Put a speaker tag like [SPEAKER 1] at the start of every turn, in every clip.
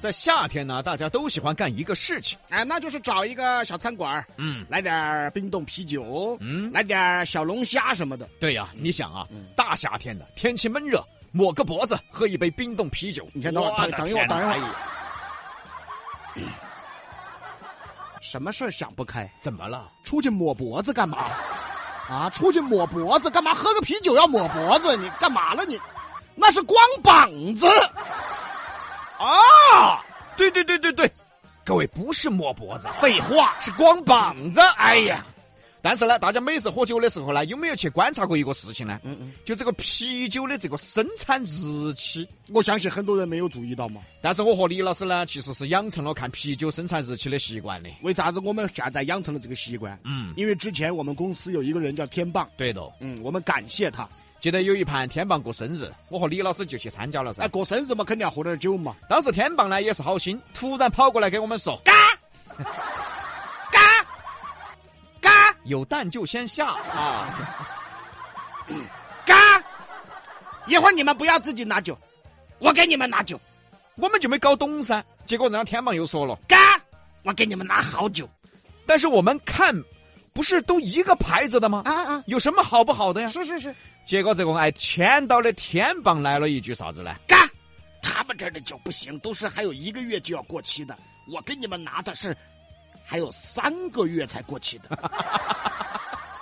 [SPEAKER 1] 在夏天呢，大家都喜欢干一个事情，
[SPEAKER 2] 哎，那就是找一个小餐馆儿，
[SPEAKER 1] 嗯
[SPEAKER 2] 来点儿冰冻啤酒，
[SPEAKER 1] 嗯，
[SPEAKER 2] 来点儿小龙虾什么的。
[SPEAKER 1] 对呀、你想啊，
[SPEAKER 2] 嗯
[SPEAKER 1] 大夏天的天气闷热，抹个脖子，喝一杯冰冻啤酒。
[SPEAKER 2] 你先等会儿，
[SPEAKER 1] 我
[SPEAKER 2] 等
[SPEAKER 1] 的
[SPEAKER 2] 等一会儿，
[SPEAKER 1] 天哪哎
[SPEAKER 2] 等一会儿。 什么事儿想不开？
[SPEAKER 1] 怎么了？
[SPEAKER 2] 出去抹脖子干嘛？啊，出去抹脖子干嘛？喝个啤酒要抹脖子，你干嘛了你？那是光膀子。
[SPEAKER 1] 啊，对对对对对，各位不是抹脖子，
[SPEAKER 2] 废话，
[SPEAKER 1] 是光膀子。
[SPEAKER 2] 嗯
[SPEAKER 1] 哎
[SPEAKER 2] 呀，
[SPEAKER 1] 但是呢，大家每次喝酒的时候呢，有没有去观察过一个事情呢？
[SPEAKER 2] 嗯嗯，
[SPEAKER 1] 就这个啤酒的这个生产日期。
[SPEAKER 2] 我相信很多人没有注意到嘛。
[SPEAKER 1] 但是我和李老师呢，其实是养成了看啤酒生产日期的习惯的。
[SPEAKER 2] 为啥子我们现在养成了这个习惯？
[SPEAKER 1] 嗯，
[SPEAKER 2] 因为之前我们公司有一个人叫天棒，
[SPEAKER 1] 对的。
[SPEAKER 2] 嗯，我们感谢他。
[SPEAKER 1] 记得有一盘天棒过生日，我和李老师就去参加了
[SPEAKER 2] 哎，
[SPEAKER 1] 噻。
[SPEAKER 2] 过生日嘛，肯定要喝点酒嘛。
[SPEAKER 1] 当时天棒呢也是好心，突然跑过来给我们说
[SPEAKER 2] 嘎，嘎，嘎，
[SPEAKER 1] 有蛋就先下啊！
[SPEAKER 2] 嘎！一会儿你们不要自己拿酒，我给你们拿酒。
[SPEAKER 1] 我们就没搞懂噻。结果人家天棒又说了，
[SPEAKER 2] 嘎，我给你们拿好酒。
[SPEAKER 1] 但是我们看，不是都一个牌子的吗？
[SPEAKER 2] 啊啊，
[SPEAKER 1] 有什么好不好的呀？
[SPEAKER 2] 是是是，
[SPEAKER 1] 结果这个哎挨千刀的天棒来了一句啥子呢？
[SPEAKER 2] 嘎！他们这儿的酒不行，都是还有一个月就要过期的。我给你们拿的是还有三个月才过期的。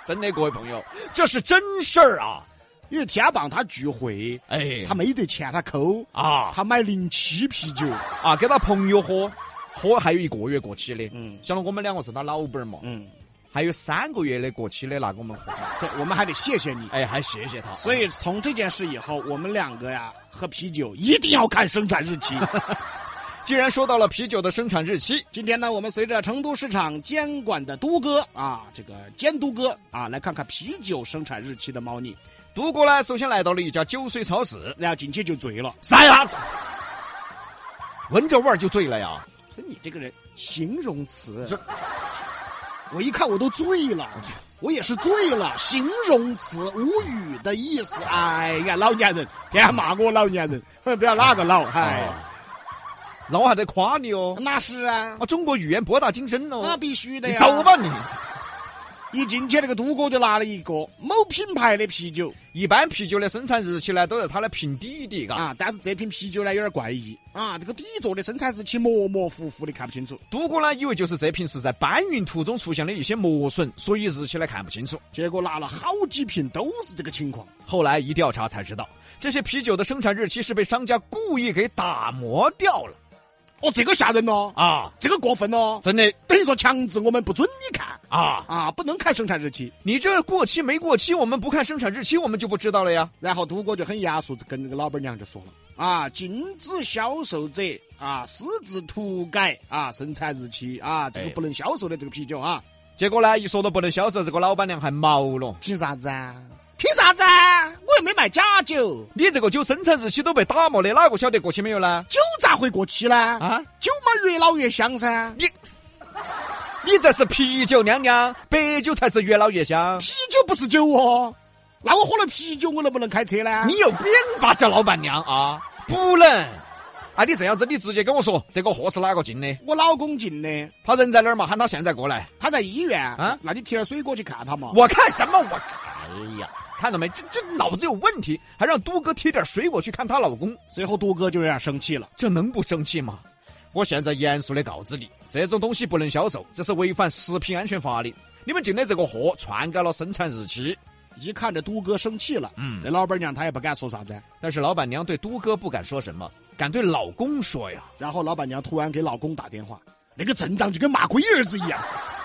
[SPEAKER 1] 真的，各位朋友，这是真事儿啊！
[SPEAKER 2] 因为天棒他聚会，
[SPEAKER 1] 哎
[SPEAKER 2] 他没得钱，他抠，
[SPEAKER 1] 啊
[SPEAKER 2] 他买零七啤酒。
[SPEAKER 1] 啊，给他朋友喝，喝还有一个月过期的。
[SPEAKER 2] 嗯
[SPEAKER 1] 想到我们两个是他老板儿嘛，
[SPEAKER 2] 嗯，
[SPEAKER 1] 还有三个月的过期的拿给我们喝，
[SPEAKER 2] 对，我们还得谢谢你。
[SPEAKER 1] 哎，还谢谢他。
[SPEAKER 2] 所以从这件事以后，我们两个呀喝啤酒一定要看生产日 期。
[SPEAKER 1] 既然说到了啤酒的生产日期，
[SPEAKER 2] 今天呢，我们随着成都市场监管的都哥啊，这个监督哥啊，来看看啤酒生产日期的猫腻，
[SPEAKER 1] 都哥呢首先来到了一家酒水超市，
[SPEAKER 2] 然后进去就醉了。
[SPEAKER 1] 啥呀？闻着味儿就醉了呀！
[SPEAKER 2] 说你这个人形容词
[SPEAKER 1] 这，
[SPEAKER 2] 我一看我都醉了，我也是醉了，形容词无语的意思。哎呀，老年人，天骂我老年人，哼不要那个老，哎，
[SPEAKER 1] 那我还哦在夸你哦。
[SPEAKER 2] 那是啊，
[SPEAKER 1] 啊，中国语言博大精深
[SPEAKER 2] 那
[SPEAKER 1] 哦。
[SPEAKER 2] 必须的
[SPEAKER 1] 你
[SPEAKER 2] 啊呀。
[SPEAKER 1] 走吧你！
[SPEAKER 2] 一进去，那个都哥就拿了一个某品牌的啤酒
[SPEAKER 1] 一般啤酒的生产日期呢，都在它的瓶底底，嘎。
[SPEAKER 2] 啊，但是这瓶啤酒呢有点怪异啊，这个底座的生产日期模模糊糊的看不清楚。
[SPEAKER 1] 都哥呢，以为就是这瓶是在搬运途中出现的一些磨损，所以日期呢看不清楚。
[SPEAKER 2] 结果拿了好几瓶都是这个情况，
[SPEAKER 1] 后来一调查才知道，这些啤酒的生产日期是被商家故意给打磨掉了
[SPEAKER 2] 哦，这个吓人哦，
[SPEAKER 1] 啊！
[SPEAKER 2] 这个过分哦，
[SPEAKER 1] 真的
[SPEAKER 2] 等于说强制我们不准你看
[SPEAKER 1] 啊！
[SPEAKER 2] 啊，不能看生产日期。
[SPEAKER 1] 你这过期没过期，我们不看生产日期，我们就不知道了呀。
[SPEAKER 2] 然后都哥就很严肃，跟那个老板娘就说了啊，禁止销售者啊私自涂改啊生产日期啊，这个
[SPEAKER 1] 哎
[SPEAKER 2] 不能销售的这个啤酒啊，
[SPEAKER 1] 结果呢，一说到不能销售，这个老板娘还毛了。
[SPEAKER 2] 凭啥子啊？凭啥子啊？我又没卖假酒。
[SPEAKER 1] 你这个酒生产日期都被打磨的，哪个晓得过期没有呢？
[SPEAKER 2] 酒咋会过期呢？
[SPEAKER 1] 啊，
[SPEAKER 2] 酒嘛越老越香噻，
[SPEAKER 1] 你这是啤酒娘娘，白酒才是越老越香。
[SPEAKER 2] 啤酒不是酒哦。那我喝了啤酒，我能不能开车呢？
[SPEAKER 1] 你有病吧，叫老板娘啊？不能。啊，你这样子，你直接跟我说这个货是哪个进的，
[SPEAKER 2] 我老公进的，
[SPEAKER 1] 他人在哪儿嘛？喊他现在过来。
[SPEAKER 2] 他在医院
[SPEAKER 1] 啊
[SPEAKER 2] 啊，那你提点水果去看他嘛。
[SPEAKER 1] 我看什么？我哎呀，看到没？这这脑子有问题，还让都哥提点水果去看她老公，
[SPEAKER 2] 随后多哥就有点生气了，
[SPEAKER 1] 这能不生气吗？我现在严肃的告知你，这种东西不能销售，这是违反食品安全法的。你们进的这个货篡改了生产日期。
[SPEAKER 2] 一看这都哥生气了，
[SPEAKER 1] 嗯
[SPEAKER 2] 那老板娘她也不敢说啥子。
[SPEAKER 1] 但是老板娘对都哥不敢说什么，敢对老公说呀。
[SPEAKER 2] 然后老板娘突然给老公打电话，那个阵仗就跟骂龟儿子一样，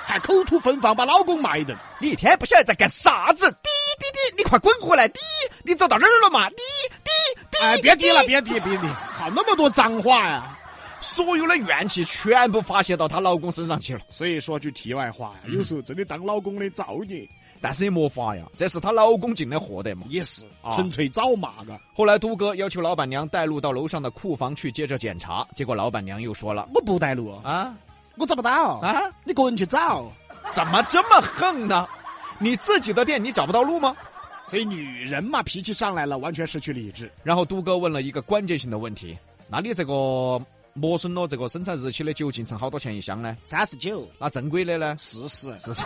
[SPEAKER 2] 还口吐芬芳，把老公骂一顿。
[SPEAKER 1] 你一天不晓得在干啥子，滴滴滴，你快滚过来，滴，你走到哪儿了嘛？滴滴滴，
[SPEAKER 2] 哎，别提了，别提，别提，好那么多脏话呀、
[SPEAKER 1] 所有的怨气全部发泄到她老公身上去了。
[SPEAKER 2] 所以说句题外话呀，有时候真的当老公的造孽。
[SPEAKER 1] 但是也没法呀，这是她老公进的货得嘛。
[SPEAKER 2] 也是
[SPEAKER 1] 啊
[SPEAKER 2] 纯粹找骂嘎。
[SPEAKER 1] 后来都哥要求老板娘带路到楼上的库房去接着检查，结果老板娘又说了
[SPEAKER 2] 我不带路，哦
[SPEAKER 1] 啊
[SPEAKER 2] 我找不到，
[SPEAKER 1] 啊，
[SPEAKER 2] 你个人去找。
[SPEAKER 1] 怎么这么横呢？你自己的店你找不到路吗？
[SPEAKER 2] 所以女人嘛，脾气上来了，完全失去理智。
[SPEAKER 1] 然后都哥问了一个关键性的问题：那你这个磨损了这个生产日期的酒精秤好多钱一箱呢？
[SPEAKER 2] 三十九，
[SPEAKER 1] 那正规的呢？
[SPEAKER 2] 四十。
[SPEAKER 1] 是是。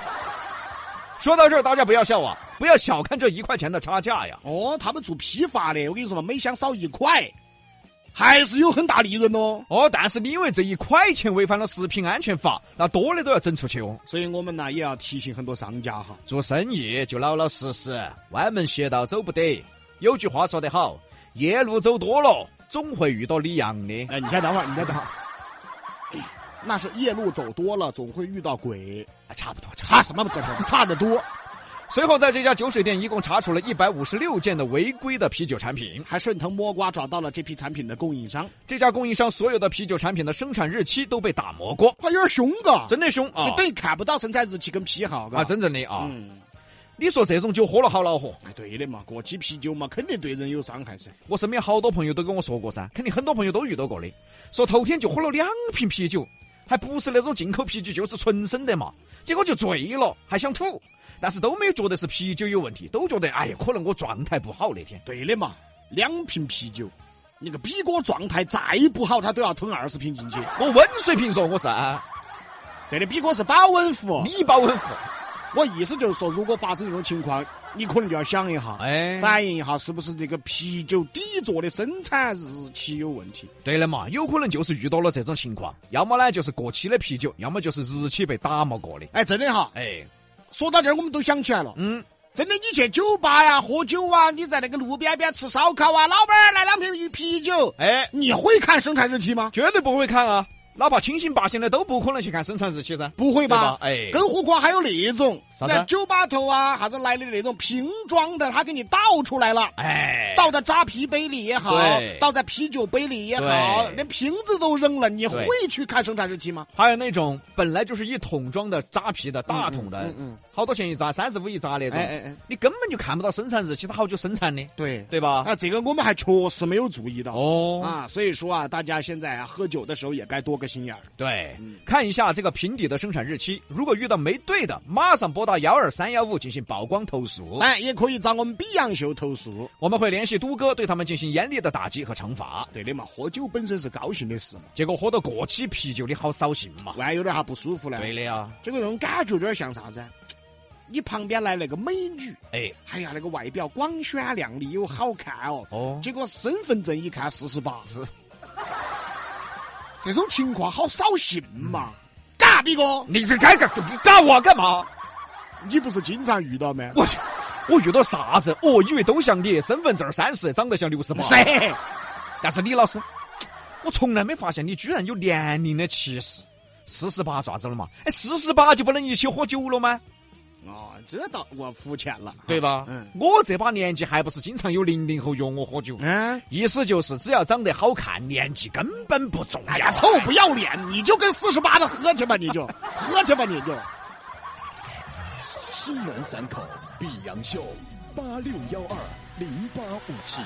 [SPEAKER 1] 说到这儿，大家不要笑啊，不要小看这一块钱的差价呀。
[SPEAKER 2] 哦，他们做批发的，我跟你说嘛，每箱少一块，还是有很大利润哦。
[SPEAKER 1] 哦，但是你因为这一块钱违反了食品安全法，那多的都要整出去哦。
[SPEAKER 2] 所以我们呢也要提醒很多商家哈，
[SPEAKER 1] 做生意就老老实实，歪门邪道走不得。有句话说得好，夜路走多了，总会遇到李阳的。
[SPEAKER 2] 哎，你先等会儿，你先等会儿。 那是夜路走多了，总会遇到鬼，
[SPEAKER 1] 啊差不多，差不多。
[SPEAKER 2] 差什么不差什么，差得多，
[SPEAKER 1] 随后，在这家酒水店一共查处了一百五十六件的违规的啤酒产品。
[SPEAKER 2] 还顺藤摸瓜找到了这批产品的供应商，
[SPEAKER 1] 这家供应商所有的啤酒产品的生产日期都被打磨过，
[SPEAKER 2] 哎他有点凶嘎，
[SPEAKER 1] 真的凶啊
[SPEAKER 2] 就！等于看不到生产日期跟批号，嘎
[SPEAKER 1] 啊，真正的啊！
[SPEAKER 2] 嗯，
[SPEAKER 1] 你说这种酒喝了好恼火，
[SPEAKER 2] 哎，对的嘛，过期啤酒嘛，肯定对人有伤害噻。
[SPEAKER 1] 我身边好多朋友都跟我说过噻，肯定很多朋友都遇到过的，说头天就喝了两瓶啤酒，还不是那种进口啤酒，就是纯生的嘛，结果就醉了，还想吐，但是都没有觉得是啤酒有问题，都觉得哎呀，可能我状态不好那天。
[SPEAKER 2] 对的嘛，两瓶啤酒，那个比哥状态再不好，他都要吞二十瓶进 去。
[SPEAKER 1] 我温水瓶说我是啊，
[SPEAKER 2] 对的，比哥是保温壶。
[SPEAKER 1] 你把温服，
[SPEAKER 2] 我意思就是说，如果发生这种情况，你可能就要想一下，
[SPEAKER 1] 哎
[SPEAKER 2] 反映一下是不是这个啤酒底座的生产日期有问题。
[SPEAKER 1] 对的嘛，有可能就是遇到了这种情况，要么呢就是过期的啤酒，要么就是日期被打磨过的。
[SPEAKER 2] 哎，真的哈，
[SPEAKER 1] 哎，
[SPEAKER 2] 说到这儿我们都想起来了，
[SPEAKER 1] 嗯，
[SPEAKER 2] 真的，你去酒吧呀、喝酒啊，你在那个路边边吃烧烤啊，老板儿来两瓶啤酒，
[SPEAKER 1] 哎，
[SPEAKER 2] 你会看生产日期吗？
[SPEAKER 1] 绝对不会看啊，哪怕清醒八醒的都不可能去看生产日期噻，
[SPEAKER 2] 不会
[SPEAKER 1] 对
[SPEAKER 2] 吧
[SPEAKER 1] 吧？？哎，
[SPEAKER 2] 更何况还有那种
[SPEAKER 1] 啥子
[SPEAKER 2] 在酒吧头啊，啥子来的那种瓶装的，他给你倒出来了，
[SPEAKER 1] 哎，
[SPEAKER 2] 倒在扎啤杯里也好
[SPEAKER 1] 对，
[SPEAKER 2] 倒在啤酒杯里也好，
[SPEAKER 1] 对
[SPEAKER 2] 连瓶子都扔了，你会
[SPEAKER 1] 对
[SPEAKER 2] 去看生产日期吗？
[SPEAKER 1] 还有那种本来就是一桶装的扎啤的大桶的
[SPEAKER 2] 嗯，嗯，
[SPEAKER 1] 好多钱一扎，三十五一扎那
[SPEAKER 2] 嗯哎
[SPEAKER 1] 种，
[SPEAKER 2] 哎哎，
[SPEAKER 1] 你根本就看不到生产日期，它好久生产的，
[SPEAKER 2] 对
[SPEAKER 1] 对吧？
[SPEAKER 2] 啊，这个我们还确实没有注意到
[SPEAKER 1] 哦，
[SPEAKER 2] 啊，所以说啊，大家现在啊喝酒的时候也该多个心眼儿。
[SPEAKER 1] 对
[SPEAKER 2] 嗯，
[SPEAKER 1] 看一下这个瓶底的生产日期，如果遇到没对的，马上拨打幺二三幺五进行曝光投诉。
[SPEAKER 2] 哎，也可以找我们比洋秀投诉。
[SPEAKER 1] 我们会联系都哥对他们进行严厉的打击和惩罚。
[SPEAKER 2] 对的嘛，喝酒本身是高兴的事嘛，
[SPEAKER 1] 结果喝到过期啤酒，你好扫兴嘛？
[SPEAKER 2] 万一有点哈不舒服呢，
[SPEAKER 1] 对的呀，
[SPEAKER 2] 结果那种感觉有点像啥子啊？你旁边来了个美女，
[SPEAKER 1] 哎，
[SPEAKER 2] 哎呀，那个外表光鲜亮丽又好看哦，
[SPEAKER 1] 哦，
[SPEAKER 2] 结果身份证一看四十八，
[SPEAKER 1] 是
[SPEAKER 2] 这种情况好扫兴嘛。
[SPEAKER 1] 嗯
[SPEAKER 2] 嘎逼哥，
[SPEAKER 1] 你是该干打我干嘛？
[SPEAKER 2] 你不是经常遇 到吗？
[SPEAKER 1] 我去，我遇到啥子？哦，以为都像你，身份证三十，长得像六十八。
[SPEAKER 2] 谁？
[SPEAKER 1] 但是李老师，我从来没发现你居然有年龄的歧视。四十八咋子了嘛？哎，四十八就不能一起喝酒了吗？
[SPEAKER 2] 哦，这倒我肤浅了，
[SPEAKER 1] 对吧？
[SPEAKER 2] 嗯
[SPEAKER 1] 我这把年纪还不是经常有零零后约我喝酒，
[SPEAKER 2] 嗯，
[SPEAKER 1] 意思就是只要长得好看，年纪根本不重要。
[SPEAKER 2] 哎呀，臭不要脸！你就跟四十八的喝去吧，你就喝去吧，你就。
[SPEAKER 3] 西南散口碧阳秀八六幺二零八五七。